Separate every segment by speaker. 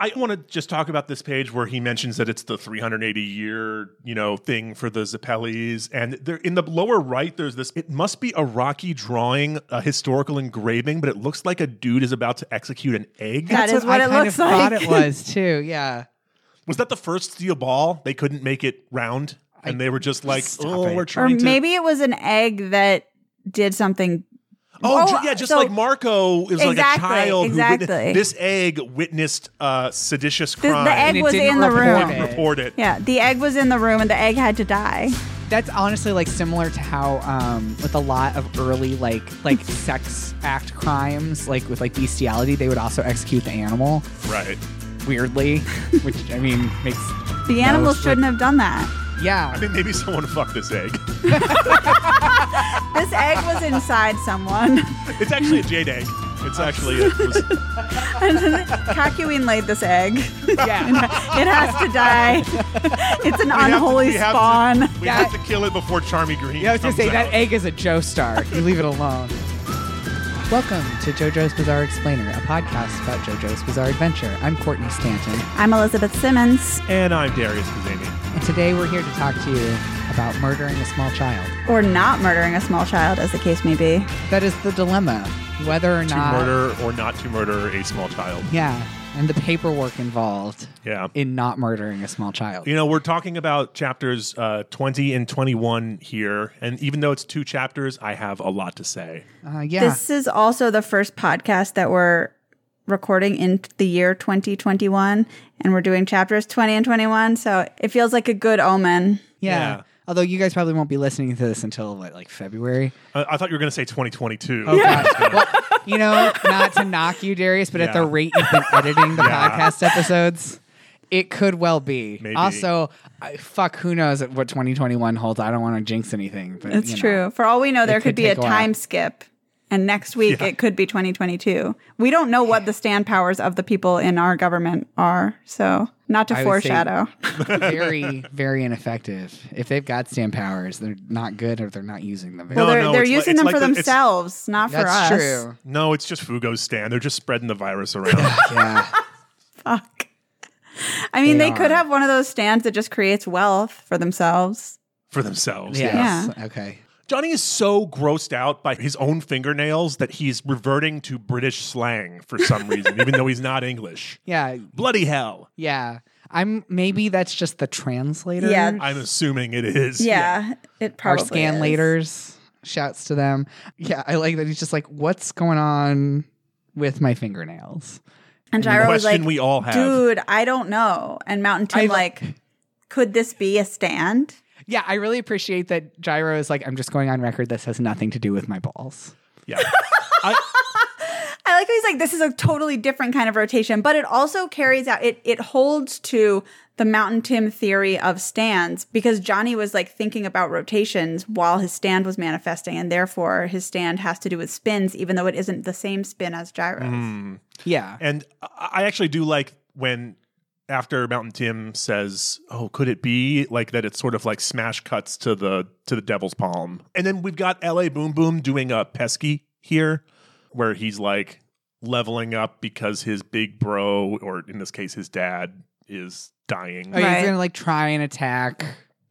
Speaker 1: I want to just talk about this page where he mentions that it's the 380 year, you know, thing for the Zappellis, and there in the lower right, there's this. It must be a rocky drawing, a historical engraving, but it looks like a dude is about to execute an egg.
Speaker 2: That
Speaker 3: That's
Speaker 2: is what
Speaker 3: I
Speaker 2: it
Speaker 3: kind
Speaker 2: looks
Speaker 3: of thought
Speaker 2: like.
Speaker 3: it was too. Yeah.
Speaker 1: Was that the first steel ball? They couldn't make it round, and they were just like,
Speaker 3: Stop
Speaker 1: "Oh,
Speaker 3: it.
Speaker 1: we're
Speaker 2: Or
Speaker 1: trying to."
Speaker 2: maybe it was an egg that did something.
Speaker 1: oh, ju-
Speaker 2: oh,
Speaker 1: yeah, just
Speaker 2: so-
Speaker 1: like Marco is like a
Speaker 2: Exactly,
Speaker 1: child. who witnessed-
Speaker 2: exactly.
Speaker 1: this egg witnessed uh, seditious
Speaker 2: The,
Speaker 1: crime.
Speaker 2: the egg
Speaker 3: it
Speaker 2: was
Speaker 3: didn't
Speaker 2: in the
Speaker 3: report
Speaker 2: room.
Speaker 3: it.
Speaker 1: report it.
Speaker 2: Yeah, the egg was in the room and the egg had to die.
Speaker 3: That's honestly like similar to how um, with a lot of early like like sex act crimes, like with like bestiality, they would also execute the animal.
Speaker 1: Right.
Speaker 3: Weirdly, which I mean makes
Speaker 2: The animals
Speaker 3: it's like-
Speaker 2: shouldn't have done that.
Speaker 1: I
Speaker 3: yeah.
Speaker 1: mean, maybe someone fucked this egg.
Speaker 2: This egg was inside someone.
Speaker 1: It's actually a jade egg. It's
Speaker 3: Uh,
Speaker 1: actually it was,
Speaker 2: Kakuin laid this egg.
Speaker 3: Yeah.
Speaker 2: It has to die. It's
Speaker 1: We have
Speaker 2: an
Speaker 1: to-
Speaker 2: unholy
Speaker 1: we have to-
Speaker 2: spawn.
Speaker 1: we
Speaker 3: That-
Speaker 1: have to kill it before Charmy Green.
Speaker 3: Yeah, I was gonna
Speaker 1: comes
Speaker 3: say
Speaker 1: out.
Speaker 3: that egg is a Joestar. You leave it alone. Welcome to JoJo's Bizarre Explainer, a podcast about JoJo's Bizarre Adventure. I'm Courtney Stanton,
Speaker 2: I'm Elizabeth Simmons.
Speaker 1: And I'm Darius Kazemi.
Speaker 3: and today we're here to talk to you about murdering a small child.
Speaker 2: Or not murdering a small child, as the case may be.
Speaker 3: That is the dilemma, whether or
Speaker 1: To
Speaker 2: Ah.
Speaker 3: not
Speaker 1: murder or not to murder a small child.
Speaker 3: Yeah, and the paperwork involved
Speaker 1: Yeah.
Speaker 3: in not murdering a small child.
Speaker 1: You know, we're talking about chapters uh, 20 and 21 here. And even though it's two chapters, I have a lot to say.
Speaker 3: Uh, yeah,
Speaker 2: This is also the first podcast that we're recording in the year 2021, and we're doing chapters 20 and 21. So it feels like a good omen.
Speaker 3: yeah.
Speaker 1: yeah.
Speaker 3: Although you guys probably won't be listening to this until what, like February.
Speaker 1: Uh, I, I thought you were going to say 2022.
Speaker 3: Oh God. well, you know, not to knock you, Darius, but at the
Speaker 1: Yeah.
Speaker 3: rate you've been editing the
Speaker 1: Yeah.
Speaker 3: podcast episodes, it could well be.
Speaker 1: Maybe.
Speaker 3: Also, I, fuck, who knows what 2021 holds? I don't want to jinx anything. But
Speaker 2: It's
Speaker 3: you know.
Speaker 2: true. For all we know, there could,
Speaker 3: could
Speaker 2: be a
Speaker 3: take a while.
Speaker 2: time skip. And next week, it could be 2022. We don't know what the stand powers of the people in our government are. So, not to
Speaker 3: I would say-
Speaker 2: foreshadow.
Speaker 3: very, very ineffective. If they've got stand powers, they're not good or they're not using them. very
Speaker 2: well,
Speaker 1: No,
Speaker 2: they're,
Speaker 1: no,
Speaker 2: they're
Speaker 1: it's like-
Speaker 2: using
Speaker 1: it's
Speaker 2: them
Speaker 1: like
Speaker 2: for
Speaker 1: the- it's-
Speaker 2: themselves, not for us.
Speaker 3: That's true.
Speaker 1: No, it's just Fugo's stand. They're just spreading the virus around.
Speaker 3: Yeah.
Speaker 2: Fuck. I mean,
Speaker 3: They
Speaker 2: they, could
Speaker 3: are.
Speaker 2: have one of those stands that just creates wealth for themselves.
Speaker 1: for themselves.
Speaker 3: yes. Okay.
Speaker 1: Johnny is so grossed out by his own fingernails that he's reverting to British slang for some reason, even though he's not English.
Speaker 3: Yeah.
Speaker 1: Bloody hell.
Speaker 3: Yeah. I'm maybe that's just the translator.
Speaker 2: Yeah.
Speaker 1: I'm assuming it is.
Speaker 2: Yeah, it
Speaker 3: Our
Speaker 2: probably
Speaker 3: scan
Speaker 2: is.
Speaker 3: laters. Shouts to them. Yeah, I like that he's just like, what's going on with my fingernails?
Speaker 2: And Gyro was
Speaker 1: Question
Speaker 2: like,
Speaker 1: we all have.
Speaker 2: "Dude, I don't know." And Mountain Tim
Speaker 3: I-
Speaker 2: like, "Could this be a stand?"
Speaker 3: Yeah, I really appreciate that Gyro is like, I'm just going on record. This has nothing to do with my balls.
Speaker 1: Yeah. I,
Speaker 2: I like how he's like, "This is a totally different kind of rotation," but it also carries out it it holds to the Mountain Tim theory of stands because Johnny was like thinking about rotations while his stand was manifesting, and therefore his stand has to do with spins, even though it isn't the same spin as Gyro's.
Speaker 1: Mm. Hmm.
Speaker 3: Yeah.
Speaker 1: and I I actually do like when after Mountain Tim says, "Oh, could it be like that?" It's sort of like smash cuts to the to the Devil's Palm, and then we've got L.A. Boom Boom doing a pesky here, where he's like leveling up because his big bro, or in this case, his dad, is dying.
Speaker 3: Oh, yeah,
Speaker 2: Right.
Speaker 3: He's going to like try and attack.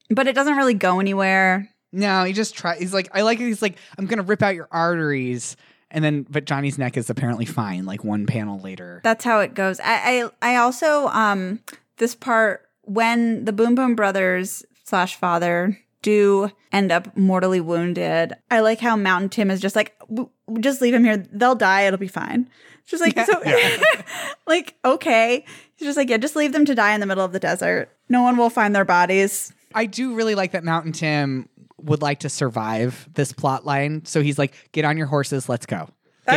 Speaker 2: But it doesn't really go anywhere.
Speaker 3: No, he just try. He's like, I like it. He's like, I'm going to rip out your arteries. And then, but Johnny's neck is apparently fine, like one panel later.
Speaker 2: That's how it goes. I I, I also um this part when the Boom Boom Brothers slash father do end up mortally wounded. I like how Mountain Tim is just like "W- w- just leave him here. They'll die. It'll be fine. It's Just like so, like okay. He's just like yeah, just leave them to die in the middle of the desert. No one will find their bodies.
Speaker 3: I do really like that Mountain Tim would like to survive this plot line. So he's like, get on your horses, let's go. get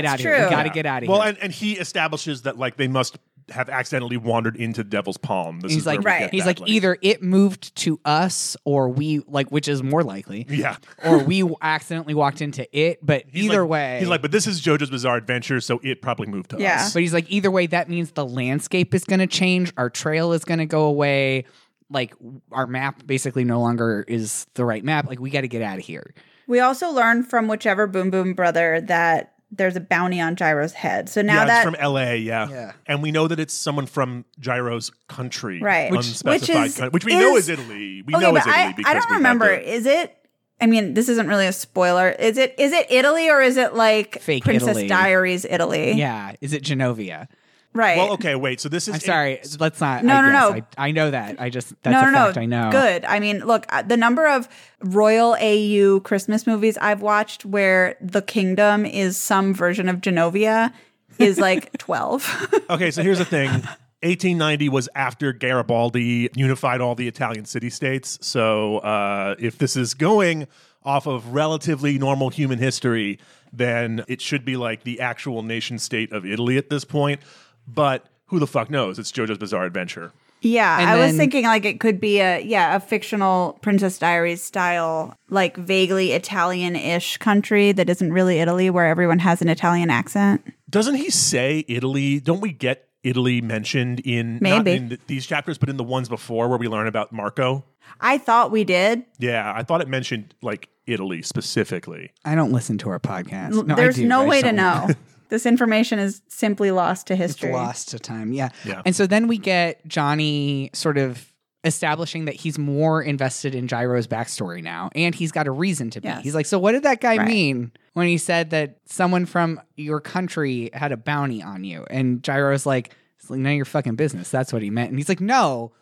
Speaker 2: That's
Speaker 3: out of here.
Speaker 2: true.
Speaker 3: We gotta
Speaker 1: Yeah.
Speaker 3: get out of
Speaker 1: well,
Speaker 3: here.
Speaker 1: and, and he establishes that like they must have accidentally wandered into Devil's Palm. This
Speaker 3: he's
Speaker 1: is where
Speaker 3: like
Speaker 1: we
Speaker 2: Right.
Speaker 1: get
Speaker 3: he's
Speaker 1: that,
Speaker 3: like, either it moved to us or we like which is more likely.
Speaker 1: yeah.
Speaker 3: or we accidentally walked into it, but
Speaker 1: He's
Speaker 3: either
Speaker 1: like-
Speaker 3: way.
Speaker 1: he's like, but this is JoJo's Bizarre Adventure, so it probably moved to
Speaker 2: Yeah.
Speaker 1: us.
Speaker 3: but he's like, either way, that means the landscape is gonna change, our trail is gonna go away. Like our map basically no longer is the right map. Like we gotta get out of here.
Speaker 2: We also learn from whichever Boom Boom Brother that there's a bounty on Gyro's head. So now
Speaker 1: yeah,
Speaker 2: that
Speaker 1: it's from LA, yeah.
Speaker 3: Yeah.
Speaker 1: And we know that it's someone from Gyro's country.
Speaker 2: Right. Which-
Speaker 1: Unspecified
Speaker 2: which is-
Speaker 1: country. Which we know
Speaker 2: is-
Speaker 1: is Italy. We know is Italy
Speaker 2: I,
Speaker 1: because
Speaker 2: I
Speaker 1: we
Speaker 2: don't
Speaker 1: had
Speaker 2: remember.
Speaker 1: the-
Speaker 2: Is it? I mean, this isn't really a spoiler. Is it? Is it Italy or is it like
Speaker 3: Fake
Speaker 2: Princess
Speaker 3: Italy.
Speaker 2: Diaries Italy?
Speaker 3: Yeah. Is it Genovia?
Speaker 2: right.
Speaker 1: well, okay, wait. So this is
Speaker 3: I'm sorry. Let's not.
Speaker 2: No,
Speaker 3: I
Speaker 2: no,
Speaker 3: guess.
Speaker 2: no.
Speaker 3: I, I know that. I just, that's a fact I know.
Speaker 2: Good. I mean, look, uh, the number of royal AU Christmas movies I've watched where the kingdom is some version of Genovia is like 12.
Speaker 1: Okay, so here's the thing. 1890 was after Garibaldi unified all the Italian city states. So uh, if this is going off of relatively normal human history, then it should be like the actual nation state of Italy at this point. But who the fuck knows? It's JoJo's Bizarre Adventure.
Speaker 2: yeah.
Speaker 3: And
Speaker 2: I was
Speaker 3: then-
Speaker 2: thinking like it could be a, yeah, a fictional Princess Diaries style, like vaguely Italian ish country that isn't really Italy where everyone has an Italian accent.
Speaker 1: Doesn't he say Italy? Don't we get Italy mentioned in not
Speaker 2: Maybe.
Speaker 1: in th- these chapters, but in the ones before where we learn about Marco?
Speaker 2: I thought we did.
Speaker 1: Yeah, I thought it mentioned like Italy specifically.
Speaker 3: I don't listen to our podcast. No, I
Speaker 2: There's
Speaker 3: do,
Speaker 2: no
Speaker 3: but I
Speaker 2: way to
Speaker 3: don't.
Speaker 2: know. this information is simply lost to history.
Speaker 3: lost to time. Yeah.
Speaker 1: Yeah.
Speaker 3: And so then we get Johnny sort of establishing that he's more invested in Gyro's backstory now and he's got a reason to be.
Speaker 2: Yes.
Speaker 3: He's like, "So what did that guy
Speaker 2: Right.
Speaker 3: mean when he said that someone from your country had a bounty on you?" And Gyro's like, "It's like none of your fucking business. That's what he meant." And he's like, "No,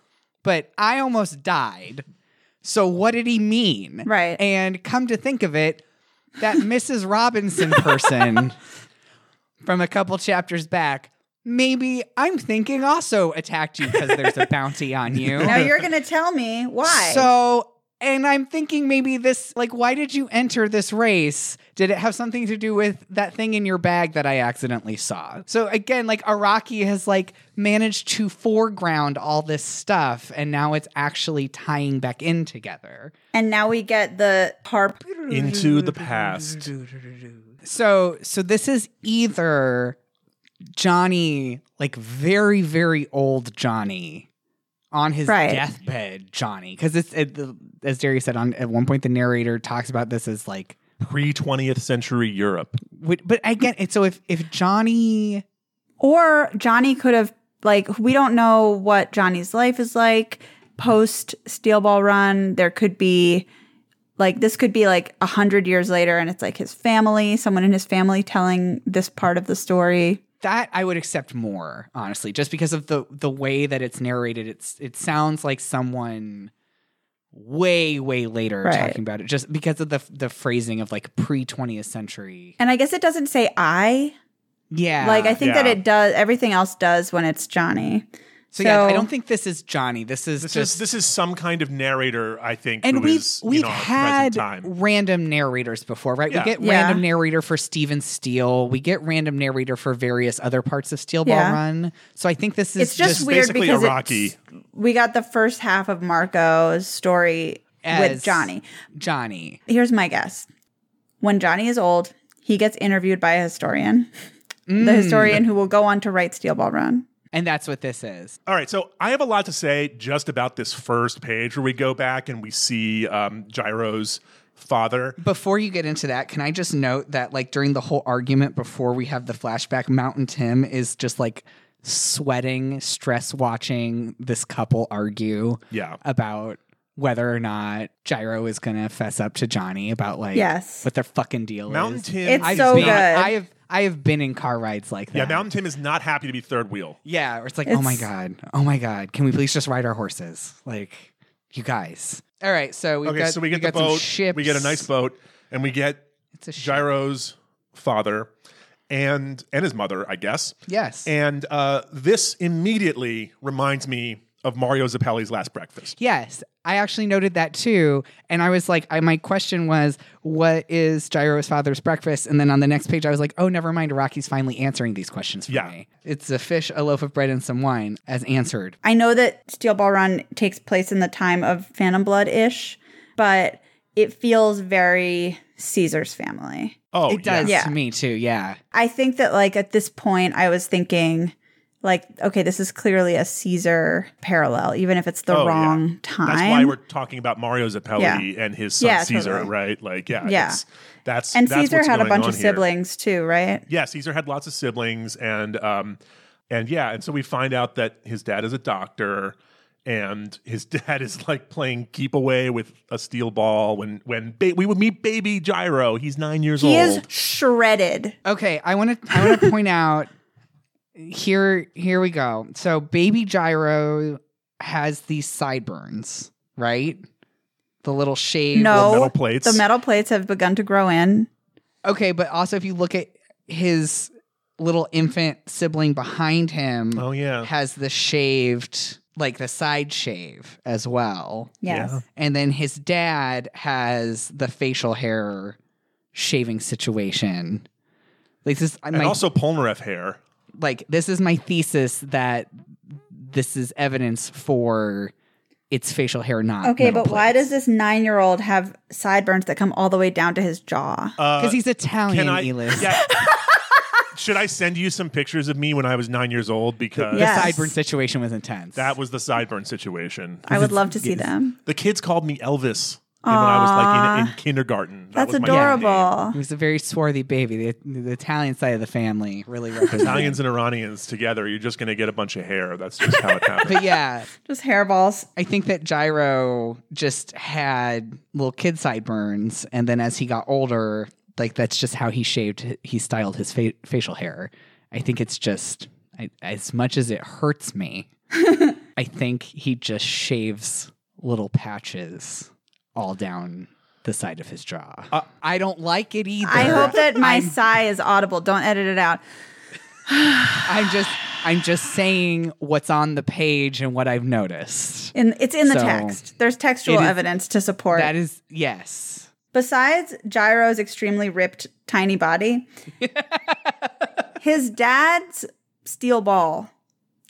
Speaker 3: but I almost died. So what did he mean?"
Speaker 2: Right.
Speaker 3: And come to think of it, that Mrs. Robinson person from a couple chapters back, maybe I'm thinking also attacked you because there's a bounty on you.
Speaker 2: Now you're going to tell me why.
Speaker 3: So, and I'm thinking maybe this, like, why did you enter this race? Did it have something to do with that thing in your bag that I accidentally saw? So again, like Araki has like managed to foreground all this stuff, and now it's actually tying back in together.
Speaker 2: And now we get the harp.
Speaker 1: Into the past.
Speaker 3: So so this is either Johnny, like very very old Johnny, on his
Speaker 2: Right.
Speaker 3: deathbed Johnny, because it's it, the, as Darius said on at one point the narrator talks about this as like,
Speaker 1: pre 20th century Europe.
Speaker 3: would- but again, it's, so if if Johnny
Speaker 2: Or Johnny could have, like, we don't know what Johnny's life is like post Steel Ball Run. There could be, like, this could be like a hundred years later, and it's like his family, someone in his family telling this part of the story.
Speaker 3: that I would accept more, honestly, just because of the the way that it's narrated. It's it sounds like someone way way later
Speaker 2: Right.
Speaker 3: talking about it, just because of the the phrasing of like pre twentieth century.
Speaker 2: And I guess it doesn't say I.
Speaker 3: Yeah,
Speaker 2: like, I think that
Speaker 1: yeah.
Speaker 2: it does, everything else does when it's Johnny.
Speaker 3: So, yeah, I
Speaker 2: So-
Speaker 3: don't think this is Johnny. This is
Speaker 1: This
Speaker 3: just
Speaker 1: is this is some kind of narrator, I think.
Speaker 3: and
Speaker 1: who
Speaker 3: we've
Speaker 1: is, you
Speaker 3: we've
Speaker 1: know,
Speaker 3: had
Speaker 1: present time.
Speaker 3: random narrators before, right?
Speaker 1: Yeah.
Speaker 3: We get
Speaker 2: Yeah.
Speaker 3: random narrator for Steven Steele. We get random narrator for various other parts of Steel Ball
Speaker 2: Yeah.
Speaker 3: Run. So I think this is
Speaker 2: It's just, weird
Speaker 1: basically
Speaker 2: because
Speaker 1: Iraqi.
Speaker 2: it's- we got the first half of Marco's story
Speaker 3: As-
Speaker 2: with Johnny.
Speaker 3: Johnny.
Speaker 2: Here's my guess. When Johnny is old, he gets interviewed by a historian. The historian who will go on to write Steel Ball Run.
Speaker 3: And that's what this is.
Speaker 1: All right, so I have a lot to say just about this first page where we go back and we see um, Gyro's father.
Speaker 3: Before you get into that, can I just note that like during the whole argument before we have the flashback, Mountain Tim is just like sweating, stress watching this couple argue
Speaker 1: Yeah.
Speaker 3: about whether or not Gyro is gonna fess up to Johnny about like
Speaker 2: Yes.
Speaker 3: what their fucking deal
Speaker 1: Mountain
Speaker 3: is.
Speaker 1: Tim.
Speaker 2: It's
Speaker 3: I've
Speaker 2: so
Speaker 3: been,
Speaker 2: good.
Speaker 3: I have I have been in car rides like that.
Speaker 1: yeah, Mountain Tim is not happy to be third wheel.
Speaker 3: Yeah, or it's like, oh
Speaker 2: It's-
Speaker 3: my god, oh my god, can we please just ride our horses? Like, you guys. All right, so we
Speaker 1: Okay,
Speaker 3: got
Speaker 1: so we get the
Speaker 3: got some
Speaker 1: boat.
Speaker 3: ships.
Speaker 1: We get a nice boat, and we get
Speaker 3: It's a ship.
Speaker 1: Gyro's father and and his mother, I guess.
Speaker 3: Yes.
Speaker 1: And uh, this immediately reminds me of Mario Zappelli's Last Breakfast.
Speaker 3: Yes, I actually noted that too, and I was like, I, my question was, what is Gyro's father's breakfast? And then on the next page, I was like, oh, never mind, Rocky's finally answering these questions for
Speaker 1: Yeah.
Speaker 3: me. It's a fish, a loaf of bread, and some wine, as answered.
Speaker 2: I know that Steel Ball Run takes place in the time of Phantom Blood ish, but it feels very Caesar's family.
Speaker 1: Oh,
Speaker 3: it does
Speaker 2: yeah.
Speaker 3: to me too. Yeah,
Speaker 2: I think that, like, at this point, I was thinking, like, okay, this is clearly a Caesar parallel, even if it's the
Speaker 1: Oh, yeah.
Speaker 2: wrong time.
Speaker 1: That's why we're talking about Mario Zappelli and his son
Speaker 2: Yeah,
Speaker 1: Caesar,
Speaker 2: totally.
Speaker 1: right? Like, yeah,
Speaker 2: Yeah.
Speaker 1: it's- that's
Speaker 2: and
Speaker 1: that's
Speaker 2: Caesar
Speaker 1: what's
Speaker 2: had a
Speaker 1: going
Speaker 2: bunch
Speaker 1: on
Speaker 2: of
Speaker 1: here.
Speaker 2: siblings too, right?
Speaker 1: Yeah, Caesar had lots of siblings, and um, and yeah, and so we find out that his dad is a doctor, and his dad is like playing keep away with a steel ball. When when ba- we would meet baby Gyro, he's nine years
Speaker 2: He
Speaker 1: old.
Speaker 2: is shredded.
Speaker 3: Okay, I want to I want to point out here here we go. So baby Gyro has these sideburns, right? The little shave.
Speaker 1: Little
Speaker 2: No.
Speaker 1: metal plates.
Speaker 2: The metal plates have begun to grow in.
Speaker 3: Okay, but also if you look at his little infant sibling behind him
Speaker 1: oh yeah,
Speaker 3: has the shaved like the side shave as well.
Speaker 2: Yes.
Speaker 1: Yeah.
Speaker 3: And then his dad has the facial hair shaving situation. Like this
Speaker 1: and
Speaker 3: my
Speaker 1: also Polnareff hair.
Speaker 3: like this is my thesis that this is evidence for its facial hair not
Speaker 2: Okay, but why does this nine-year-old have sideburns that come all the way down to his jaw?
Speaker 1: Uh,
Speaker 3: because he's Italian
Speaker 1: can I?
Speaker 3: Elis.
Speaker 1: Yeah. Should I send you some pictures of me when I was nine years old? Because
Speaker 2: The Yeah.
Speaker 3: the
Speaker 2: Yes.
Speaker 3: sideburn situation was intense
Speaker 1: that was the sideburn situation.
Speaker 2: I would love to see them.
Speaker 1: The kids called me Elvis when I was like in, in kindergarten. That
Speaker 2: That's
Speaker 1: was my name.
Speaker 2: adorable.
Speaker 3: he was a very swarthy baby the, the italian side of the family really represented
Speaker 1: Italians and Iranians together, you're just going to get a bunch of hair. That's just how it happens.
Speaker 3: but yeah
Speaker 2: Just hairballs.
Speaker 3: i think that gyro just had little kid sideburns and then as he got older like that's just how he shaved he styled his fa- facial hair i think it's just I, as much as it hurts me I think he just shaves little patches all down the side of his jaw. I don't like it either.
Speaker 2: I hope that my sigh is audible. Don't edit it out.
Speaker 3: I'm just I'm just saying what's on the page and what I've noticed.
Speaker 2: In, it's in the
Speaker 3: So,
Speaker 2: text. There's textual
Speaker 3: it is-
Speaker 2: evidence to support.
Speaker 3: That is yes.
Speaker 2: Besides Gyro's extremely ripped, tiny body, his dad's steel ball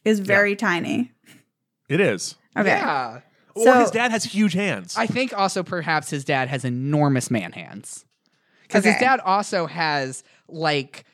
Speaker 2: is very tiny.
Speaker 1: It is.
Speaker 2: Okay.
Speaker 3: Yeah.
Speaker 1: Or
Speaker 2: So-
Speaker 1: his dad has huge hands.
Speaker 3: I think also perhaps his dad has enormous man hands. Cuz his
Speaker 2: Okay.
Speaker 3: dad also has like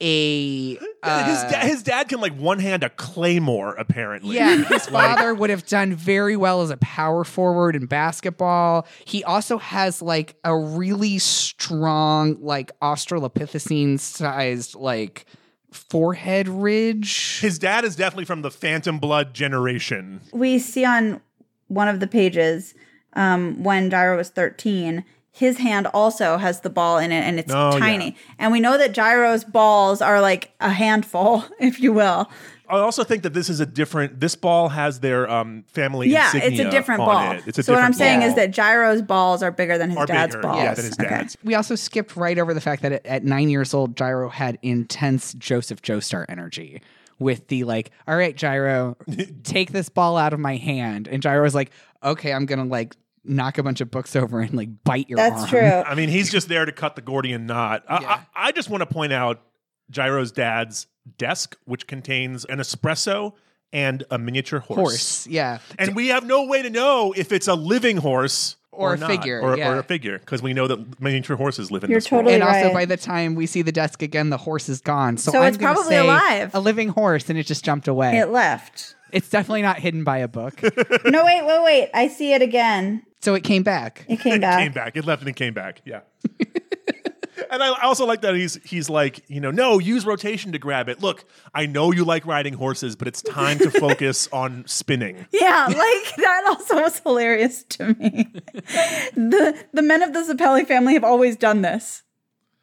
Speaker 3: a
Speaker 1: Yeah, his,
Speaker 3: uh,
Speaker 1: da- his dad can like one hand a claymore apparently.
Speaker 3: Yeah, his
Speaker 1: Like-
Speaker 3: father would have done very well as a power forward in basketball. He also has like a really strong, like Australopithecine sized, like forehead ridge.
Speaker 1: His dad is definitely from the Phantom Blood generation.
Speaker 2: We see on one of the pages um, when Gyro was 13, his hand also has the ball in it and it's
Speaker 1: Oh, yeah.
Speaker 2: tiny. And we know that Gyro's balls are like a handful, if you will.
Speaker 1: I also think that this is a different. This ball has their um, family.
Speaker 2: Yeah, it's
Speaker 1: insignia
Speaker 2: a different
Speaker 1: on
Speaker 2: ball.
Speaker 1: It. It's a
Speaker 2: so
Speaker 1: different
Speaker 2: what I'm saying
Speaker 1: ball.
Speaker 2: is that Gyro's balls are bigger than his
Speaker 1: Are
Speaker 2: dad's
Speaker 1: bigger,
Speaker 2: balls.
Speaker 1: yeah, than his
Speaker 2: Okay.
Speaker 1: dad's.
Speaker 3: we also skipped right over the fact that at, at nine years old, Gyro had intense Joseph Joestar energy with the like, all right, Gyro, take this ball out of my hand. And Gyro was like, okay, I'm going to like knock a bunch of books over and like bite your
Speaker 2: That's
Speaker 3: arm.
Speaker 2: true.
Speaker 1: I mean, he's just there to cut the Gordian knot. I,
Speaker 3: Yeah.
Speaker 1: I, I just want to point out Gyro's dad's desk, which contains an espresso and a miniature horse.
Speaker 3: Horse, yeah.
Speaker 1: And we have no way to know if it's a living horse
Speaker 3: Or a
Speaker 1: not,
Speaker 3: figure,
Speaker 1: or,
Speaker 3: yeah.
Speaker 1: or a figure, because we know that miniature horses live in
Speaker 2: You're
Speaker 1: this world.
Speaker 2: totally
Speaker 3: and also
Speaker 2: right.
Speaker 3: by the time we see the desk again, the horse is gone. So,
Speaker 2: So
Speaker 3: I'm
Speaker 2: it's
Speaker 3: gonna
Speaker 2: probably
Speaker 3: say
Speaker 2: alive.
Speaker 3: a living horse, and it just jumped away.
Speaker 2: It left.
Speaker 3: it's definitely not hidden by a book.
Speaker 2: no, wait, wait, wait. I see it again.
Speaker 3: so it came back.
Speaker 2: It came back.
Speaker 1: came back. It left and it came back. Yeah. and I I also like that he's he's like you know no use rotation to grab it. Look, I know you like riding horses, but it's time to focus on spinning.
Speaker 2: Yeah, like that also was hilarious to me. the the men of the Zappelli family have always done this.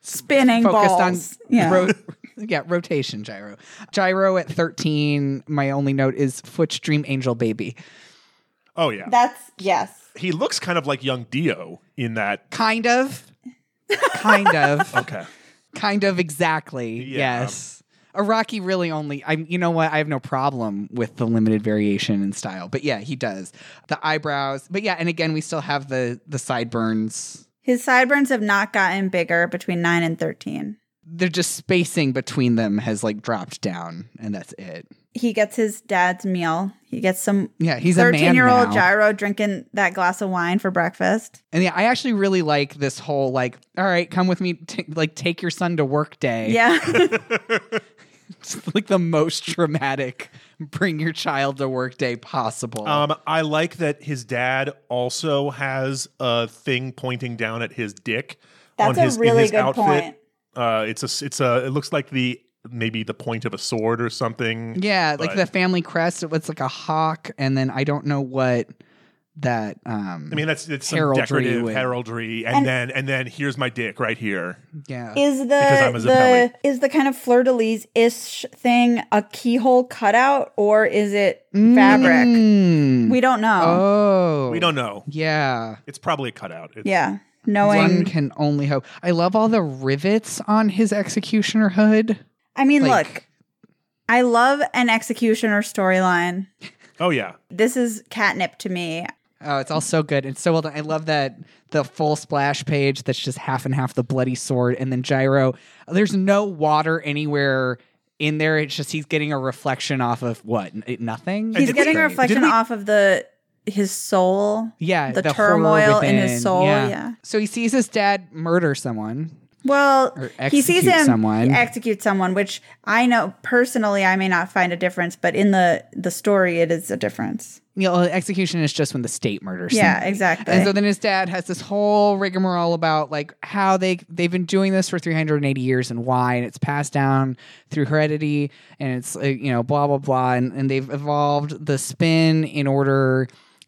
Speaker 2: Spinning
Speaker 3: Focused
Speaker 2: balls.
Speaker 3: on
Speaker 2: yeah.
Speaker 3: ro- yeah, rotation gyro. Gyro at 13, my only note is Foot's Dream Angel Baby.
Speaker 1: Oh yeah,
Speaker 2: That's yes.
Speaker 1: he looks kind of like young Dio in that.
Speaker 3: Kind of. kind of.
Speaker 1: Okay.
Speaker 3: Kind of exactly.
Speaker 1: Yeah.
Speaker 3: Yes. Iraqi really only I you know what I have no problem with the limited variation in style. But yeah, he does. The eyebrows. But yeah, and again we still have the the sideburns.
Speaker 2: His sideburns have not gotten bigger between 9 and 13.
Speaker 3: They're just spacing between them has like dropped down and that's it.
Speaker 2: He gets his dad's meal. He gets some
Speaker 3: Yeah, he's a man
Speaker 2: 13-year-old
Speaker 3: now.
Speaker 2: gyro drinking that glass of wine for breakfast.
Speaker 3: And yeah, I actually really like this whole like, all right, come with me, t- like take your son to work day.
Speaker 2: Yeah.
Speaker 3: It's like the most dramatic bring your child to work day possible.
Speaker 1: Um, I like that his dad also has a thing pointing down at his dick on
Speaker 2: That's a
Speaker 1: his in
Speaker 2: really
Speaker 1: his
Speaker 2: good
Speaker 1: outfit.
Speaker 2: point.
Speaker 1: Uh, it's a it's a it looks like the maybe the point of a sword or something.
Speaker 3: yeah,
Speaker 1: but-
Speaker 3: like the family crest. It was like a hawk, and then I don't know what that. Um,
Speaker 1: I mean that's it's some
Speaker 3: Heraldry
Speaker 1: decorative
Speaker 3: with-
Speaker 1: heraldry, and,
Speaker 2: And-
Speaker 1: then and then here's my dick right here.
Speaker 3: yeah,
Speaker 2: Is the
Speaker 1: I'm a
Speaker 2: the is the kind of fleur de lis ish thing a keyhole cutout or is it fabric?
Speaker 3: Mm.
Speaker 2: We don't know.
Speaker 3: oh,
Speaker 1: We don't know.
Speaker 3: Yeah,
Speaker 1: It's probably a cutout. It's,
Speaker 2: yeah,
Speaker 3: one
Speaker 2: knowing.
Speaker 3: can only hope. I love all the rivets on his executioner hood.
Speaker 2: I mean,
Speaker 3: like-
Speaker 2: look, I love an executioner storyline.
Speaker 1: Oh yeah.
Speaker 2: This is catnip to me.
Speaker 3: Oh, it's all so good. It's so well done. I love that the full splash page that's just half and half the bloody sword and then gyro. There's no water anywhere in there. It's just he's getting a reflection off of what? N- it- Nothing?
Speaker 1: And
Speaker 2: He's
Speaker 1: did
Speaker 2: getting
Speaker 1: we-
Speaker 2: a
Speaker 1: did
Speaker 2: reflection
Speaker 1: we-
Speaker 2: off of the his soul.
Speaker 3: Yeah,
Speaker 2: the
Speaker 3: horror
Speaker 2: turmoil in his
Speaker 3: within.
Speaker 2: soul, yeah.
Speaker 3: So he sees his dad murder someone.
Speaker 2: Well,
Speaker 3: Or
Speaker 2: he sees
Speaker 3: execute
Speaker 2: him
Speaker 3: someone.
Speaker 2: execute someone, which I know personally I may not find a difference, but in the the story it is a difference.
Speaker 3: You know, execution is just when the state murders.
Speaker 2: Yeah,
Speaker 3: somebody.
Speaker 2: exactly.
Speaker 3: And so then his dad has this whole rigmarole about like how they they've been doing this for 380 years and why, and it's passed down through heredity, and it's uh, you know blah blah blah, and, and they've evolved the spin in order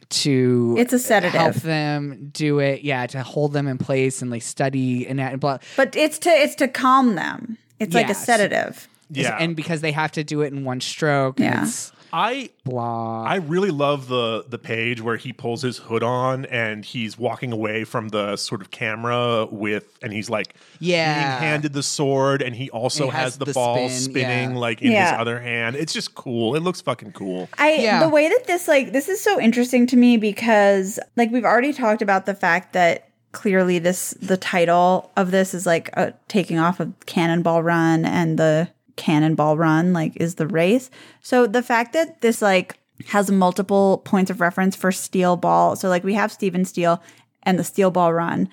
Speaker 3: to
Speaker 2: It's a sedative.
Speaker 3: help them do it, yeah, to hold them in place and like study and, that- and blah,
Speaker 2: but it's to it's to calm them. It's like a
Speaker 3: Yes.
Speaker 2: sedative.
Speaker 1: Yeah.
Speaker 3: and because they have to do it in one stroke, and
Speaker 2: Yeah.
Speaker 3: it's
Speaker 1: I
Speaker 3: blah.
Speaker 1: I really love the the page where he pulls his hood on and he's walking away from the sort of camera with and he's like
Speaker 3: Yeah.
Speaker 1: being handed the sword and he also
Speaker 3: It
Speaker 1: has,
Speaker 3: has
Speaker 1: the,
Speaker 3: the
Speaker 1: ball
Speaker 3: spin,
Speaker 1: spinning
Speaker 3: yeah.
Speaker 1: like in
Speaker 2: Yeah.
Speaker 1: his other hand. It's just cool. It looks fucking cool.
Speaker 2: I
Speaker 3: Yeah.
Speaker 2: the way that this like this is so interesting to me because like we've already talked about the fact that clearly this the title of this is like a, taking off of Cannonball Run and the Cannonball Run like is the race. So the fact that this like has multiple points of reference for steel ball. So like we have Steven Steel and the steel ball run.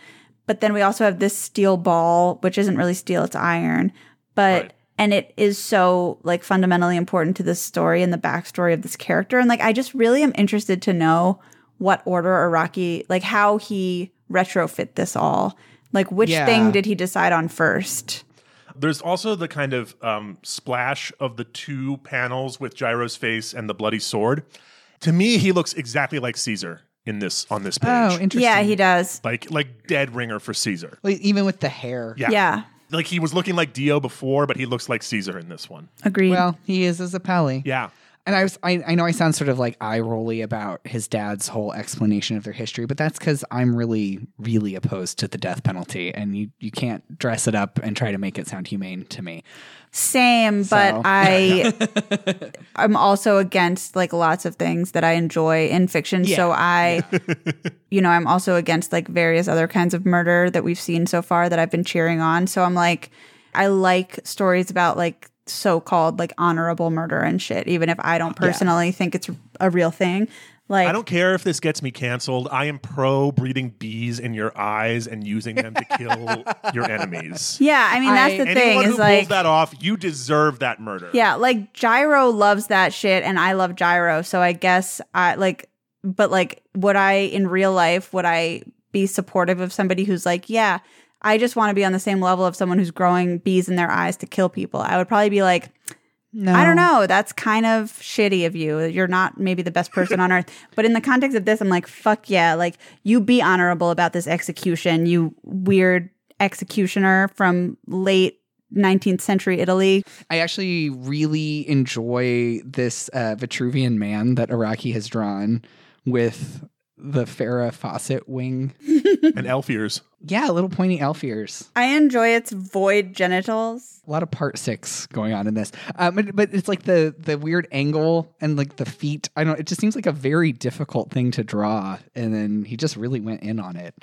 Speaker 2: But then we also have this steel ball which isn't really steel, it's iron. But
Speaker 1: Right.
Speaker 2: and it is so like fundamentally important to this story and the backstory of this character and like i just really am interested to know what order araki like how he retrofit this all like which
Speaker 3: Yeah.
Speaker 2: thing did he decide on first
Speaker 1: There's also the kind of um, splash of the two panels with Gyro's face and the bloody sword. To me, he looks exactly like Caesar in this on this page.
Speaker 3: oh, interesting.
Speaker 2: yeah he does
Speaker 1: like like dead ringer for Caesar.
Speaker 3: Like, even with the hair.
Speaker 1: Yeah.
Speaker 2: yeah,
Speaker 1: Like he was looking like Dio before, but he looks like Caesar in this one.
Speaker 2: agreed
Speaker 3: Well, he is as a pally.
Speaker 1: Yeah.
Speaker 3: And I was I, I know I sound sort of like eye rolly about his dad's whole explanation of their history, but that's because I'm really, really opposed to the death penalty. And you, you can't dress it up and try to make it sound humane to me.
Speaker 2: same but
Speaker 3: So.
Speaker 2: i i'm also against like lots of things that i enjoy in fiction so
Speaker 3: Yeah.
Speaker 2: i you know i'm also against like various other kinds of murder that we've seen so far that i've been cheering on so i'm like i like stories about like so-called like honorable murder and shit even if i don't personally think it's a real thing like
Speaker 1: I don't care if this gets me canceled. I am pro breathing bees in your eyes and using them to kill your enemies.
Speaker 2: yeah i mean that's
Speaker 3: I-
Speaker 2: the thing
Speaker 1: Anyone who
Speaker 2: is
Speaker 1: pulls
Speaker 2: like
Speaker 1: that off, you deserve that murder.
Speaker 2: Yeah, like Gyro loves that shit and I love Gyro, so I guess I like but like would I in real life would I be supportive of somebody who's like, yeah, I just want to be on the same level of someone who's growing bees in their eyes to kill people. I would probably be like,
Speaker 3: No.
Speaker 2: I don't know, that's kind of shitty of you. You're not maybe the best person on earth. But in the context of this, I'm like, fuck yeah, like you be honorable about this execution, you weird executioner from late 19th century Italy.
Speaker 3: I actually really enjoy this uh, Vitruvian man that Iraqi has drawn with the Farrah Fawcett wing.
Speaker 1: And elf ears.
Speaker 3: Yeah, little pointy elf ears.
Speaker 2: I enjoy its void genitals.
Speaker 3: a lot of part six going on in this. Um, but, but it's like the the weird angle and like the feet. I don't. It just seems like a very difficult thing to draw, and then he just really went in on it.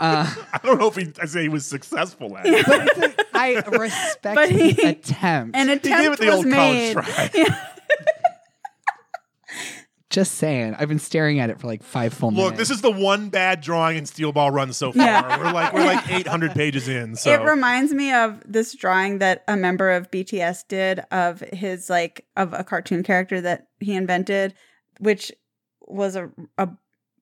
Speaker 3: Uh,
Speaker 1: I don't know if he, I say he was successful at it.
Speaker 3: but it's a- I respect
Speaker 2: But
Speaker 3: the
Speaker 2: he-
Speaker 3: attempt.
Speaker 2: An
Speaker 1: he gave it
Speaker 2: attempt
Speaker 1: the
Speaker 2: was
Speaker 1: old
Speaker 2: made.
Speaker 1: college try.
Speaker 3: Just saying. I've been staring at it for like five full minutes.
Speaker 1: Look, this is the one bad drawing in Steel Ball Run so far.
Speaker 2: Yeah.
Speaker 1: We're like we're like 800 pages in. So
Speaker 2: It reminds me of this drawing that a member of BTS did of his like of a cartoon character that he invented, which was a a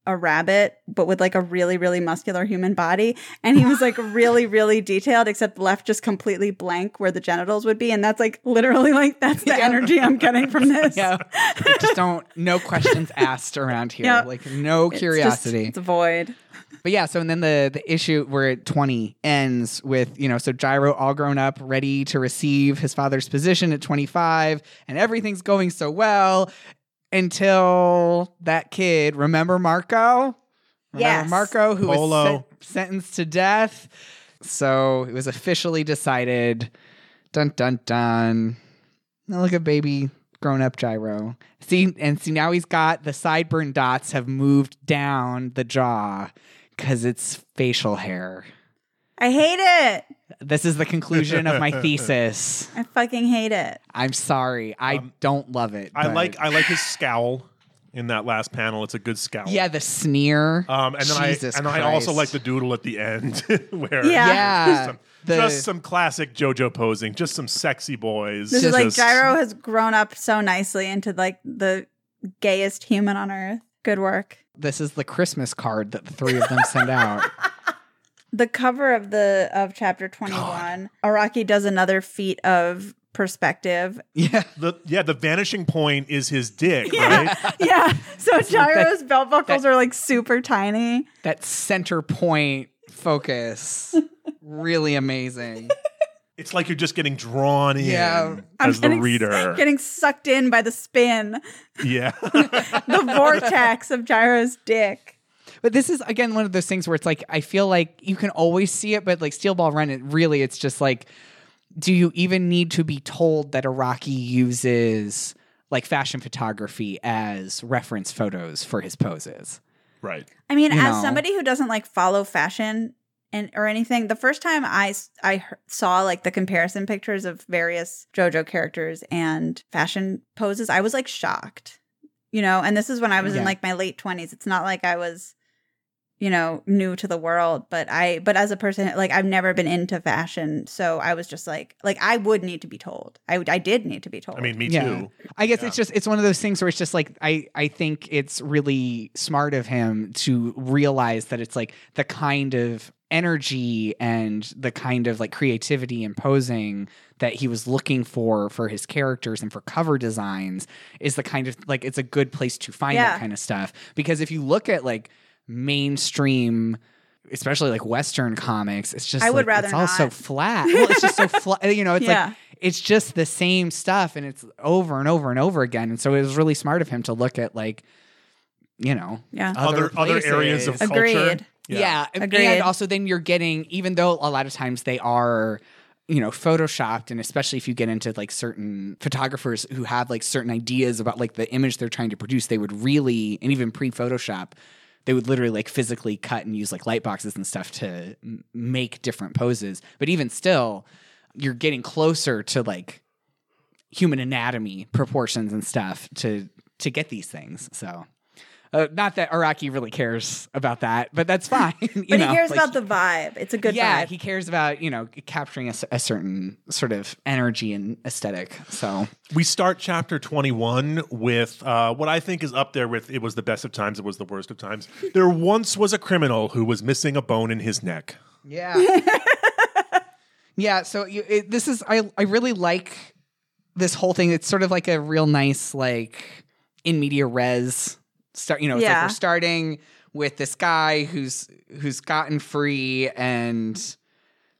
Speaker 2: a rabbit, but with like a really, really muscular human body. And he was like really, really detailed, except left just completely blank where the genitals would be. And that's like literally like that's the
Speaker 3: Yeah.
Speaker 2: energy I'm getting from this.
Speaker 3: Yeah. We just don't no questions asked around here.
Speaker 2: Yeah.
Speaker 3: Like no
Speaker 2: It's just-
Speaker 3: curiosity.
Speaker 2: it's a void.
Speaker 3: But yeah, so and then the the issue we're at 20 ends with, you know, so Gyro all grown up, ready to receive his father's position at 25, and everything's going so well until that kid, remember Marco? Remember
Speaker 2: Yes.
Speaker 3: Marco who
Speaker 1: Polo.
Speaker 3: was sen- sentenced to death. So it was officially decided. Dun dun dun. Now look at baby grown up gyro. See, and see now he's got the sideburn dots have moved down the jaw because it's facial hair.
Speaker 2: I hate it.
Speaker 3: This is the conclusion of my thesis.
Speaker 2: I fucking hate it.
Speaker 3: I'm sorry, I don't love it.
Speaker 1: Um, I
Speaker 3: but-
Speaker 1: like I like his scowl in that last panel. It's a good scowl.
Speaker 3: yeah, the sneer.
Speaker 1: Um, and then
Speaker 3: Jesus
Speaker 1: I and I also like
Speaker 3: Christ.
Speaker 1: the doodle at the end where
Speaker 2: Yeah.
Speaker 3: yeah,
Speaker 1: some-
Speaker 3: the-
Speaker 1: just some classic JoJo posing, just some sexy boys.
Speaker 2: This is like
Speaker 1: just-
Speaker 2: Gyro has grown up so nicely into like the gayest human on earth. Good work.
Speaker 3: This is the Christmas card that the three of them send out.
Speaker 2: The cover of the of chapter 21, Araki does another feat of perspective.
Speaker 3: Yeah.
Speaker 1: The, yeah, the vanishing point is his dick, right?
Speaker 2: yeah. So Gyro's belt buckles are like super tiny.
Speaker 3: that center point focus. really amazing.
Speaker 1: It's like you're just getting drawn in
Speaker 3: Yeah.
Speaker 2: I'm
Speaker 1: as the
Speaker 2: getting-
Speaker 1: reader.
Speaker 2: Getting sucked in by the spin,
Speaker 1: yeah.
Speaker 2: the vortex of Gyro's dick.
Speaker 3: But this is again one of those things where it's like I feel like you can always see it, but like Steel Ball Run, it really it's just like, do you even need to be told that Iraqi uses like fashion photography as reference photos for his poses?
Speaker 1: right.
Speaker 2: I mean,
Speaker 3: You
Speaker 2: as
Speaker 3: know.
Speaker 2: somebody who doesn't like follow fashion and or anything, the first time I s- I he- saw like the comparison pictures of various JoJo characters and fashion poses, I was like shocked. You know, and this is when I was in
Speaker 3: Yeah.
Speaker 2: like my late 20s. It's not like I was you know, new to the world, but I but as a person like I've never been into fashion, so I was just like like I would need to be told. I would I did need to be told.
Speaker 1: I mean, me
Speaker 3: Yeah.
Speaker 1: too.
Speaker 3: I guess
Speaker 1: Yeah.
Speaker 3: it's just it's one of those things where it's just like I I think it's really smart of him to realize that it's like the kind of energy and the kind of like creativity and posing that he was looking for for his characters and for cover designs is the kind of like it's a good place to find
Speaker 2: Yeah.
Speaker 3: that kind of stuff because if you look at like mainstream especially like western comics it's just
Speaker 2: I would
Speaker 3: like,
Speaker 2: rather
Speaker 3: it's all so
Speaker 2: not.
Speaker 3: flat well it's just so flat you know it's like
Speaker 2: yeah.
Speaker 3: it's just the same stuff and it's over and over and over again. And so it was really smart of him to look at like, you know,
Speaker 2: yeah.
Speaker 1: Other other, areas of
Speaker 3: places.
Speaker 1: culture.
Speaker 2: Agreed.
Speaker 1: Yeah.
Speaker 3: yeah. And-
Speaker 2: Agreed.
Speaker 3: And also then you're getting, even though a lot of times they are, you know, photoshopped, and especially if you get into like certain photographers who have like certain ideas about like the image they're trying to produce, they would really, and even pre Photoshop, they would literally like physically cut and use like light boxes and stuff to m- make different poses. But even still, you're getting closer to like human anatomy proportions and stuff to to get these things. So. Uh, not that Araki really cares about that, but that's fine. you
Speaker 2: But
Speaker 3: know,
Speaker 2: he cares
Speaker 3: like-
Speaker 2: about the vibe. It's a good
Speaker 3: yeah,
Speaker 2: vibe.
Speaker 3: he cares about you know capturing a, cer- a certain sort of energy and aesthetic. So
Speaker 1: We start chapter 21 with uh, what I think is up there with it was the best of times, it was the worst of times. There once was a criminal who was missing a bone in his neck.
Speaker 3: yeah, yeah. So you, it, this is I I really like this whole thing. It's sort of like a real nice like in media res start. You know, it's like
Speaker 2: Yeah.
Speaker 3: we're starting with this guy who's who's gotten free and.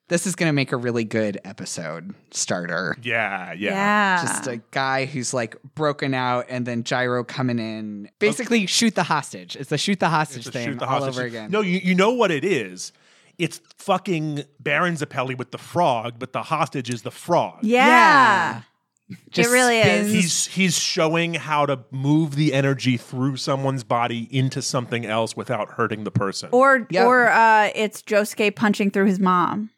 Speaker 3: This is going to make a really good episode starter.
Speaker 1: Yeah, yeah.
Speaker 3: just uh, a guy who's like broken out and then gyro coming in basically shoot the hostage it's the shoot the hostage
Speaker 1: Just
Speaker 3: thing
Speaker 1: shoot the
Speaker 3: all
Speaker 1: hostage.
Speaker 3: over again
Speaker 1: No, you, you know what it is. It's fucking Baron Zappelli with the frog, but the hostage is the frog.
Speaker 2: yeah.
Speaker 3: Just
Speaker 2: really
Speaker 3: spins-
Speaker 2: is.
Speaker 1: He's he's showing how to move the energy through someone's body into something else without hurting the person.
Speaker 2: Or
Speaker 3: Yeah.
Speaker 2: or uh, it's Josuke punching through his mom.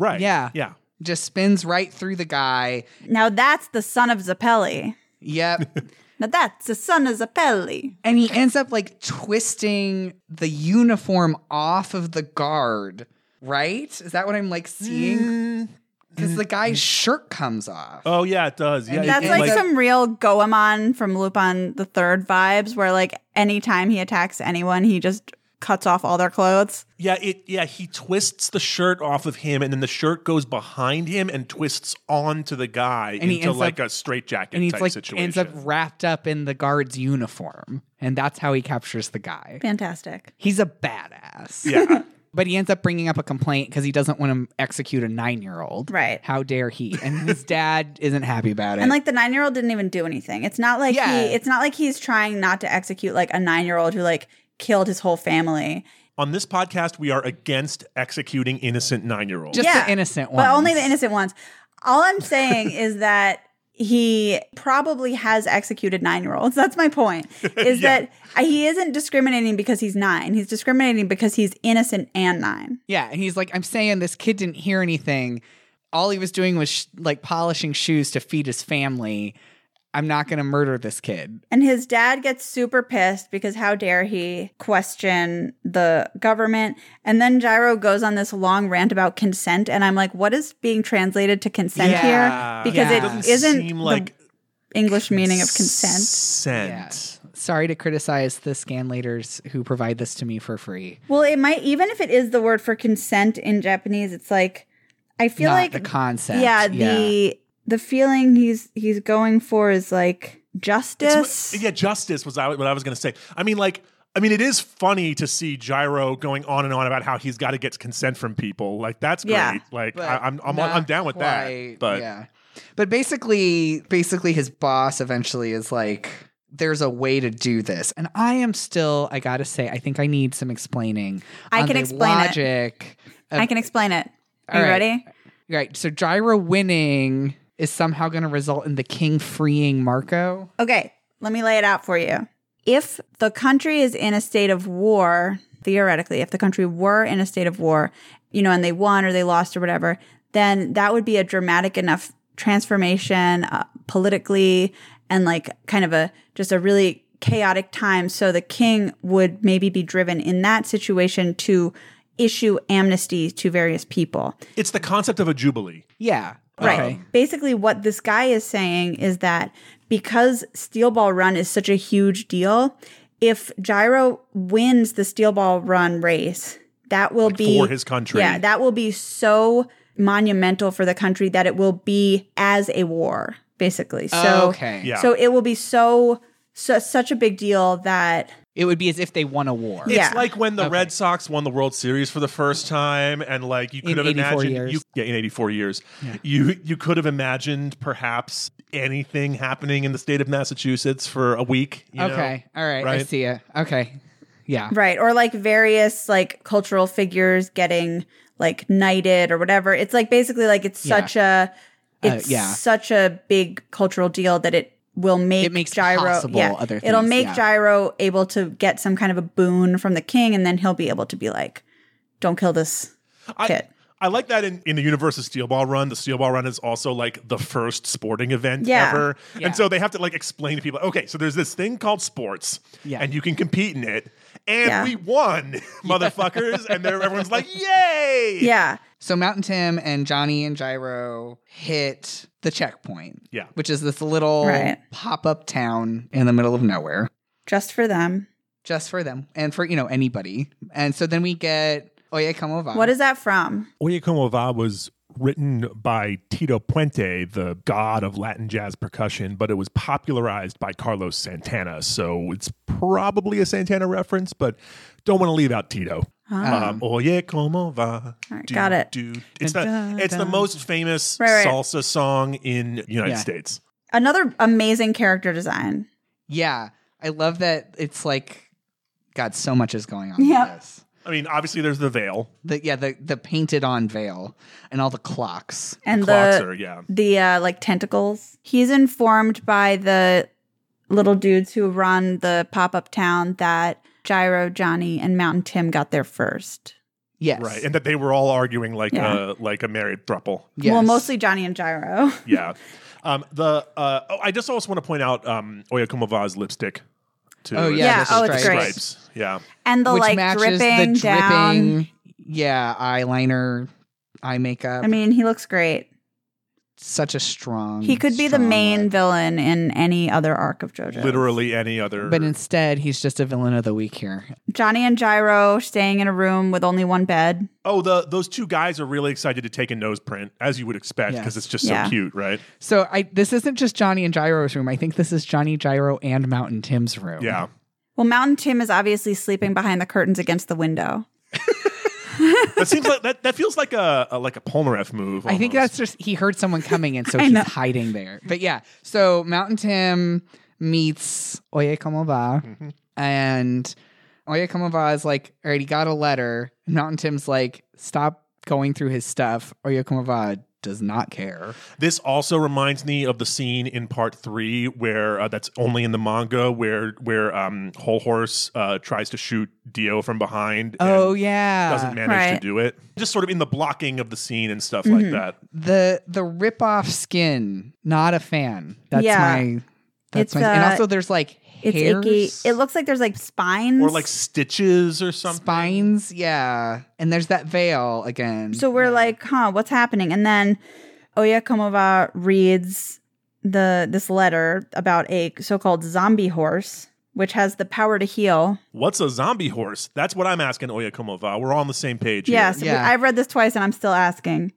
Speaker 1: right.
Speaker 3: Yeah.
Speaker 1: Yeah.
Speaker 3: just spins right through the guy
Speaker 2: Now that's the son of Zappelli.
Speaker 3: yep
Speaker 2: Now that's the son of Zappelli.
Speaker 3: And he ends up like twisting the uniform off of the guard, right? Is that what I'm like seeing? Because the guy's shirt comes off.
Speaker 1: Oh yeah, it does. Yeah,
Speaker 3: And
Speaker 2: That's
Speaker 1: it-
Speaker 2: like,
Speaker 3: like-
Speaker 2: some real Goemon from Lupin the Third vibes, where like anytime he attacks anyone, he just cuts off all their clothes.
Speaker 1: yeah, it yeah. He twists the shirt off of him, and then the shirt goes behind him and twists onto the guy
Speaker 3: he
Speaker 1: into
Speaker 3: ends
Speaker 1: like
Speaker 3: up-
Speaker 1: a straitjacket
Speaker 3: and he's
Speaker 1: type
Speaker 3: like
Speaker 1: situation.
Speaker 3: ends up wrapped up in the guard's uniform. And that's how he captures the guy.
Speaker 2: Fantastic.
Speaker 3: He's a badass.
Speaker 1: yeah, uh,
Speaker 3: But he ends up bringing up a complaint because he doesn't want to execute a nine year old.
Speaker 2: Right.
Speaker 3: How dare he? And his dad isn't happy about it.
Speaker 2: And like the nine year old didn't even do anything. It's not like
Speaker 3: Yeah.
Speaker 2: he it's not like he's trying not to execute like a nine year old who like killed his whole family.
Speaker 1: On this podcast, we are against executing innocent nine-year-olds.
Speaker 3: Just- the innocent
Speaker 2: But only the
Speaker 3: ones.
Speaker 2: innocent ones. All I'm saying is that he probably has executed nine year olds. That's my point. Is
Speaker 1: Yeah.
Speaker 2: that he isn't discriminating because he's nine. He's discriminating because he's innocent and nine.
Speaker 3: yeah. And he's like, I'm saying this kid didn't hear anything. All he was doing was sh- like polishing shoes to feed his family. I'm not going to murder this kid.
Speaker 2: And his dad gets super pissed because how dare he question the government? And then Gyro goes on this long rant about consent. And I'm like, what is being translated to consent
Speaker 3: Yeah,
Speaker 2: here? Because
Speaker 3: yeah.
Speaker 2: it
Speaker 1: doesn't
Speaker 2: isn't
Speaker 1: seem
Speaker 2: the
Speaker 1: like
Speaker 2: English meaning of consent.
Speaker 1: Consent.
Speaker 3: Sorry to criticize the scanlators who provide this to me for free.
Speaker 2: Well, it might, even if it is the word for consent in Japanese, it's like, I feel
Speaker 3: Not
Speaker 2: like,
Speaker 3: the concept.
Speaker 2: yeah, the the feeling he's he's going for is like
Speaker 1: It's what-
Speaker 2: justice.
Speaker 1: yeah, justice was I- what I was going to say. I mean, like, I mean, it is funny to see Gyro going on and on about how he's got to get consent from people. Like, that's great.
Speaker 2: Yeah.
Speaker 1: like,
Speaker 3: But
Speaker 1: I, I'm, I'm,
Speaker 3: not
Speaker 1: I'm down with
Speaker 3: quite,
Speaker 1: that. But
Speaker 3: yeah, but basically, basically, his boss eventually is like, "There's a way to do this," and I am still. I gotta say, I think I need some explaining.
Speaker 2: I
Speaker 3: on
Speaker 2: can
Speaker 3: the
Speaker 2: explain it.
Speaker 3: logic.
Speaker 2: I can explain it. Are
Speaker 3: All
Speaker 2: you
Speaker 3: right.
Speaker 2: ready?
Speaker 3: Right. So Gyro winning is somehow going to result in the king freeing Marco.
Speaker 2: Okay, let me lay it out for you. If the country is in a state of war, theoretically, if the country were in a state of war, you know, and they won or they lost or whatever, then that would be a dramatic enough transformation uh, politically and like kind of a just a really chaotic time. So the king would maybe be driven in that situation to issue amnesty to various people.
Speaker 1: it's the concept of a jubilee.
Speaker 3: Yeah.
Speaker 2: Right.
Speaker 3: Okay.
Speaker 2: Basically, what this guy is saying is that because Steel Ball Run is such a huge deal, if Gyro wins the Steel Ball Run race, that will be
Speaker 1: for his country.
Speaker 2: Yeah, that will be so monumental for the country that it will be as a war, basically. So,
Speaker 3: okay.
Speaker 1: Yeah.
Speaker 2: so it will be so, so such a big deal that
Speaker 3: It would be as if they won a war.
Speaker 2: Yeah.
Speaker 1: It's like when the Red Sox won the World Series for the first time, and like you
Speaker 3: In
Speaker 1: could have
Speaker 3: 84
Speaker 1: imagined,
Speaker 3: years.
Speaker 1: you- yeah, in eighty four years, you you could have imagined perhaps anything happening in the state of Massachusetts for a week. you know?
Speaker 3: Okay. All right. I
Speaker 1: Right.
Speaker 3: see it. Okay. Yeah.
Speaker 2: Right. Or like various like cultural figures getting like knighted or whatever. It's like basically like it's
Speaker 3: Yeah. Uh,
Speaker 2: such a it's
Speaker 3: yeah.
Speaker 2: such a big cultural deal that it will make
Speaker 3: It makes
Speaker 2: gyro
Speaker 3: possible
Speaker 2: yeah,
Speaker 3: other
Speaker 2: it'll
Speaker 3: things,
Speaker 2: make
Speaker 3: yeah.
Speaker 2: gyro able to get some kind of a boon from the king and then he'll be able to be like don't kill this
Speaker 1: I,
Speaker 2: kid.
Speaker 1: I like that in, in the universe of Steel Ball Run. The Steel Ball Run is also like the first sporting event
Speaker 2: Yeah.
Speaker 1: ever.
Speaker 3: Yeah.
Speaker 1: And so they have to like explain to people okay, so there's this thing called sports,
Speaker 3: Yeah.
Speaker 1: and you can compete in it. And
Speaker 2: Yeah.
Speaker 1: we won, motherfuckers. and they're, everyone's like, yay.
Speaker 2: Yeah.
Speaker 3: So Mountain Tim and Johnny and Gyro hit the checkpoint.
Speaker 1: Yeah.
Speaker 3: Which is this little
Speaker 2: Right.
Speaker 3: pop up town in the middle of nowhere
Speaker 2: Just for them.
Speaker 3: just for them and for, you know, anybody. And so then we get Oye Como Va.
Speaker 2: What is that from?
Speaker 1: Oye Como Va was written by Tito Puente, the god of Latin jazz percussion, but it was popularized by Carlos Santana. So it's probably a Santana reference, but don't want to leave out Tito. Um, Oye Como Va.
Speaker 2: Uh-huh. All right, got it.
Speaker 1: do. It's, the, it's the most famous
Speaker 2: Right, right.
Speaker 1: salsa song in United
Speaker 3: Yeah.
Speaker 1: States.
Speaker 2: Another amazing character design.
Speaker 3: Yeah. I love that it's like, God, so much is going on
Speaker 2: Yeah.
Speaker 3: with this.
Speaker 1: I mean, obviously there's the veil.
Speaker 3: The, yeah, the, the painted on veil and all the clocks.
Speaker 2: And
Speaker 1: Clocks
Speaker 2: the
Speaker 1: are, yeah.
Speaker 2: the uh, like tentacles. He's informed by the little dudes who run the pop up town that Gyro, Johnny, and Mountain Tim got there first.
Speaker 3: Yes.
Speaker 1: Right. And that they were all arguing like
Speaker 2: Yeah.
Speaker 1: uh, like a married throuple.
Speaker 3: yes.
Speaker 2: Well, mostly Johnny and Gyro.
Speaker 1: Yeah. Um, the uh, oh, I just also want to point out um, Oyakumova's lipstick. Too.
Speaker 3: Oh, yeah,
Speaker 2: Yeah,
Speaker 3: the
Speaker 2: oh, it's
Speaker 3: stripes.
Speaker 2: great.
Speaker 1: stripes. Yeah,
Speaker 2: And the
Speaker 3: which
Speaker 2: like
Speaker 3: matches
Speaker 2: dripping,
Speaker 3: the
Speaker 2: down.
Speaker 3: dripping, yeah, eyeliner, eye makeup.
Speaker 2: I mean, he looks great.
Speaker 3: such a strong.
Speaker 2: He could be the
Speaker 3: strong
Speaker 2: main
Speaker 3: look.
Speaker 2: villain in any other arc of JoJo.
Speaker 1: literally any other.
Speaker 3: But instead, he's just a villain of the week here.
Speaker 2: Johnny and Gyro staying in a room with only one bed.
Speaker 1: oh, the those two guys are really excited to take a nose print, as you would expect,
Speaker 3: Yeah.
Speaker 1: because it's just
Speaker 2: Yeah.
Speaker 1: so cute, right?
Speaker 3: So I this isn't just Johnny and Gyro's room. I think this is Johnny Gyro and Mountain Tim's room.
Speaker 1: Yeah.
Speaker 2: Well, Mountain Tim is obviously sleeping behind the curtains against the window.
Speaker 1: that seems like that, that feels like a, a like a Polnareff move.
Speaker 3: I think
Speaker 1: almost.
Speaker 3: that's just he heard someone coming and so
Speaker 2: I
Speaker 3: he's
Speaker 2: know.
Speaker 3: hiding there. But yeah, so Mountain Tim meets Oye Como Va
Speaker 2: Mm-hmm.
Speaker 1: Mhm.
Speaker 3: and Oye Como Va is like, all right, he got a letter. Mountain Tim's like, stop going through his stuff. Oye Como Va does not care.
Speaker 1: This also reminds me of the scene in part three where uh, that's only in the manga where where um, Whole Horse uh, tries to shoot Dio from behind. and
Speaker 3: oh yeah.
Speaker 1: doesn't manage
Speaker 2: Right.
Speaker 1: to do it. Just sort of in the blocking of the scene and stuff like
Speaker 2: Mhm.
Speaker 1: that.
Speaker 3: the the ripoff skin, not a fan. That's
Speaker 2: Yeah.
Speaker 3: my that's
Speaker 2: It's,
Speaker 3: my and
Speaker 2: uh,
Speaker 3: also there's like
Speaker 2: It's
Speaker 3: hairs,
Speaker 2: icky. It looks like there's like spines.
Speaker 1: Or like stitches or something.
Speaker 3: spines, yeah. And there's that veil again.
Speaker 2: So we're like, huh, what's happening? And then Oyakomova reads the this letter about a so-called zombie horse, which has the power to heal.
Speaker 1: What's a zombie horse? That's what I'm asking Oyakumova. We're all on the same page. here.
Speaker 2: Yes,
Speaker 3: Yeah.
Speaker 2: I've read this twice and I'm still asking.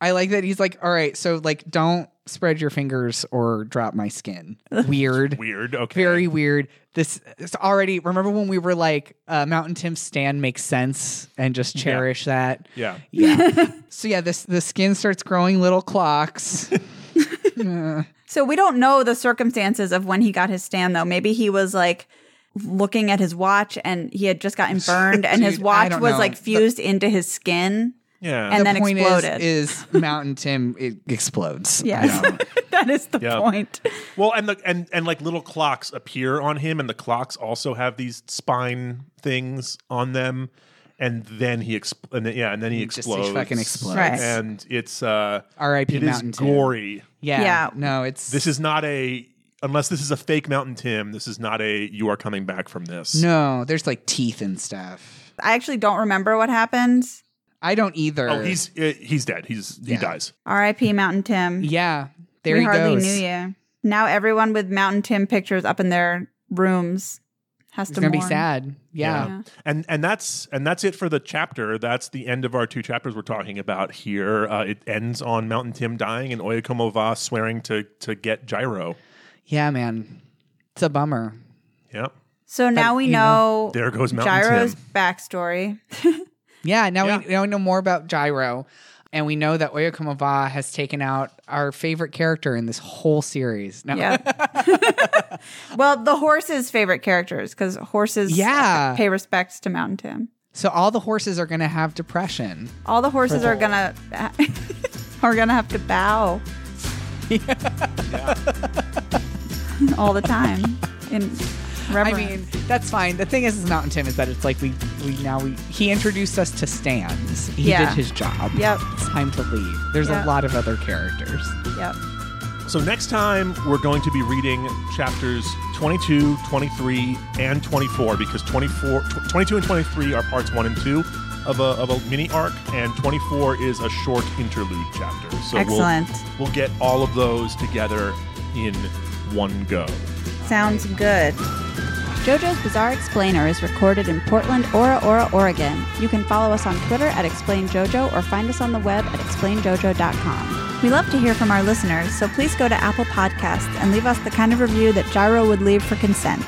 Speaker 3: I like that he's like, all right, so like don't spread your fingers or drop my skin. Weird.
Speaker 1: Weird. Okay.
Speaker 3: Very weird. This it's already remember when we were like uh, Mountain Tim's stand makes sense and just cherish that.
Speaker 1: Yeah.
Speaker 3: Yeah. so yeah, this the skin starts growing little clocks. Uh,
Speaker 2: So we don't know the circumstances of when he got his stand though. Maybe he was like looking at his watch and he had just gotten burned and his
Speaker 3: Dude, I
Speaker 2: watch
Speaker 3: don't
Speaker 2: was
Speaker 3: know.
Speaker 2: like
Speaker 3: The-
Speaker 2: fused into his skin.
Speaker 1: Yeah.
Speaker 2: And
Speaker 3: the
Speaker 2: then
Speaker 3: point
Speaker 2: exploded.
Speaker 3: Is, is Mountain Tim it explodes. I
Speaker 2: Yes.
Speaker 3: don't-
Speaker 2: that is the
Speaker 1: Yeah.
Speaker 2: point.
Speaker 1: well, and the and and like little clocks appear on him, and the clocks also have these spine things on them, and then he exp- and then, yeah, and then he
Speaker 3: just- he
Speaker 1: explodes.
Speaker 3: fucking explodes.
Speaker 2: Right.
Speaker 1: And it's uh,
Speaker 3: R.I.P.
Speaker 1: it is
Speaker 3: Mountain Tim.
Speaker 1: gory.
Speaker 3: Yeah.
Speaker 2: Yeah.
Speaker 3: No, it's
Speaker 1: This is not a unless this is a fake Mountain Tim. This is not a you are coming back from this.
Speaker 3: no. There's like teeth and stuff.
Speaker 2: I actually don't remember what happened.
Speaker 3: I don't either.
Speaker 1: Oh, he's uh, he's dead. He's he
Speaker 3: Yeah.
Speaker 1: dies.
Speaker 2: R.I.P. Mountain Tim.
Speaker 3: yeah. There
Speaker 2: we
Speaker 3: he
Speaker 2: hardly
Speaker 3: goes.
Speaker 2: knew you. Now everyone with Mountain Tim pictures up in their rooms has
Speaker 3: It's
Speaker 2: to
Speaker 3: gonna be
Speaker 2: mourn.
Speaker 3: sad. Yeah.
Speaker 2: Yeah.
Speaker 1: And and that's and that's it for the chapter. That's the end of our two chapters we're talking about here. Uh, it ends on Mountain Tim dying and Oyakomova swearing to to get Gyro.
Speaker 3: Yeah, man. It's a bummer.
Speaker 1: Yeah,
Speaker 2: So now we
Speaker 3: you
Speaker 2: know,
Speaker 1: there goes Mountain
Speaker 2: Gyro's
Speaker 1: Tim.
Speaker 2: backstory.
Speaker 3: Yeah. Now
Speaker 1: Yeah.
Speaker 3: we now we know more about Gyro. And we know that Oyakumova has taken out our favorite character in this whole series. Now,
Speaker 2: yeah. well, the horses' favorite characters because horses
Speaker 3: Yeah.
Speaker 2: pay respects to Mountain Tim.
Speaker 3: So all the horses are going to have depression.
Speaker 2: All the horses are gonna are gonna have to bow all the time in
Speaker 3: I
Speaker 2: reverence.
Speaker 3: mean, that's fine. The thing is, is Mountain Tim is that it's like we we now we he introduced us to stands. He
Speaker 2: Yeah.
Speaker 3: did his job.
Speaker 2: Yep.
Speaker 3: It's time to leave. There's
Speaker 2: Yeah.
Speaker 3: a lot of other characters.
Speaker 2: yep.
Speaker 1: So next time we're going to be reading chapters 22, 23, and 24 because 24, tw- 22 and 23 are parts 1 and 2 of a, of a mini arc and 24 is a short interlude chapter. So
Speaker 2: Excellent.
Speaker 1: We'll, we'll get all of those together in one go.
Speaker 2: Sounds good. JoJo's Bizarre Explainer is recorded in Portland, Ora Ora, Oregon. You can follow us on Twitter at ExplainJoJo or find us on the web at explainjojo.com. We love to hear from our listeners, so please go to Apple Podcasts and leave us the kind of review that Gyro would leave for consent.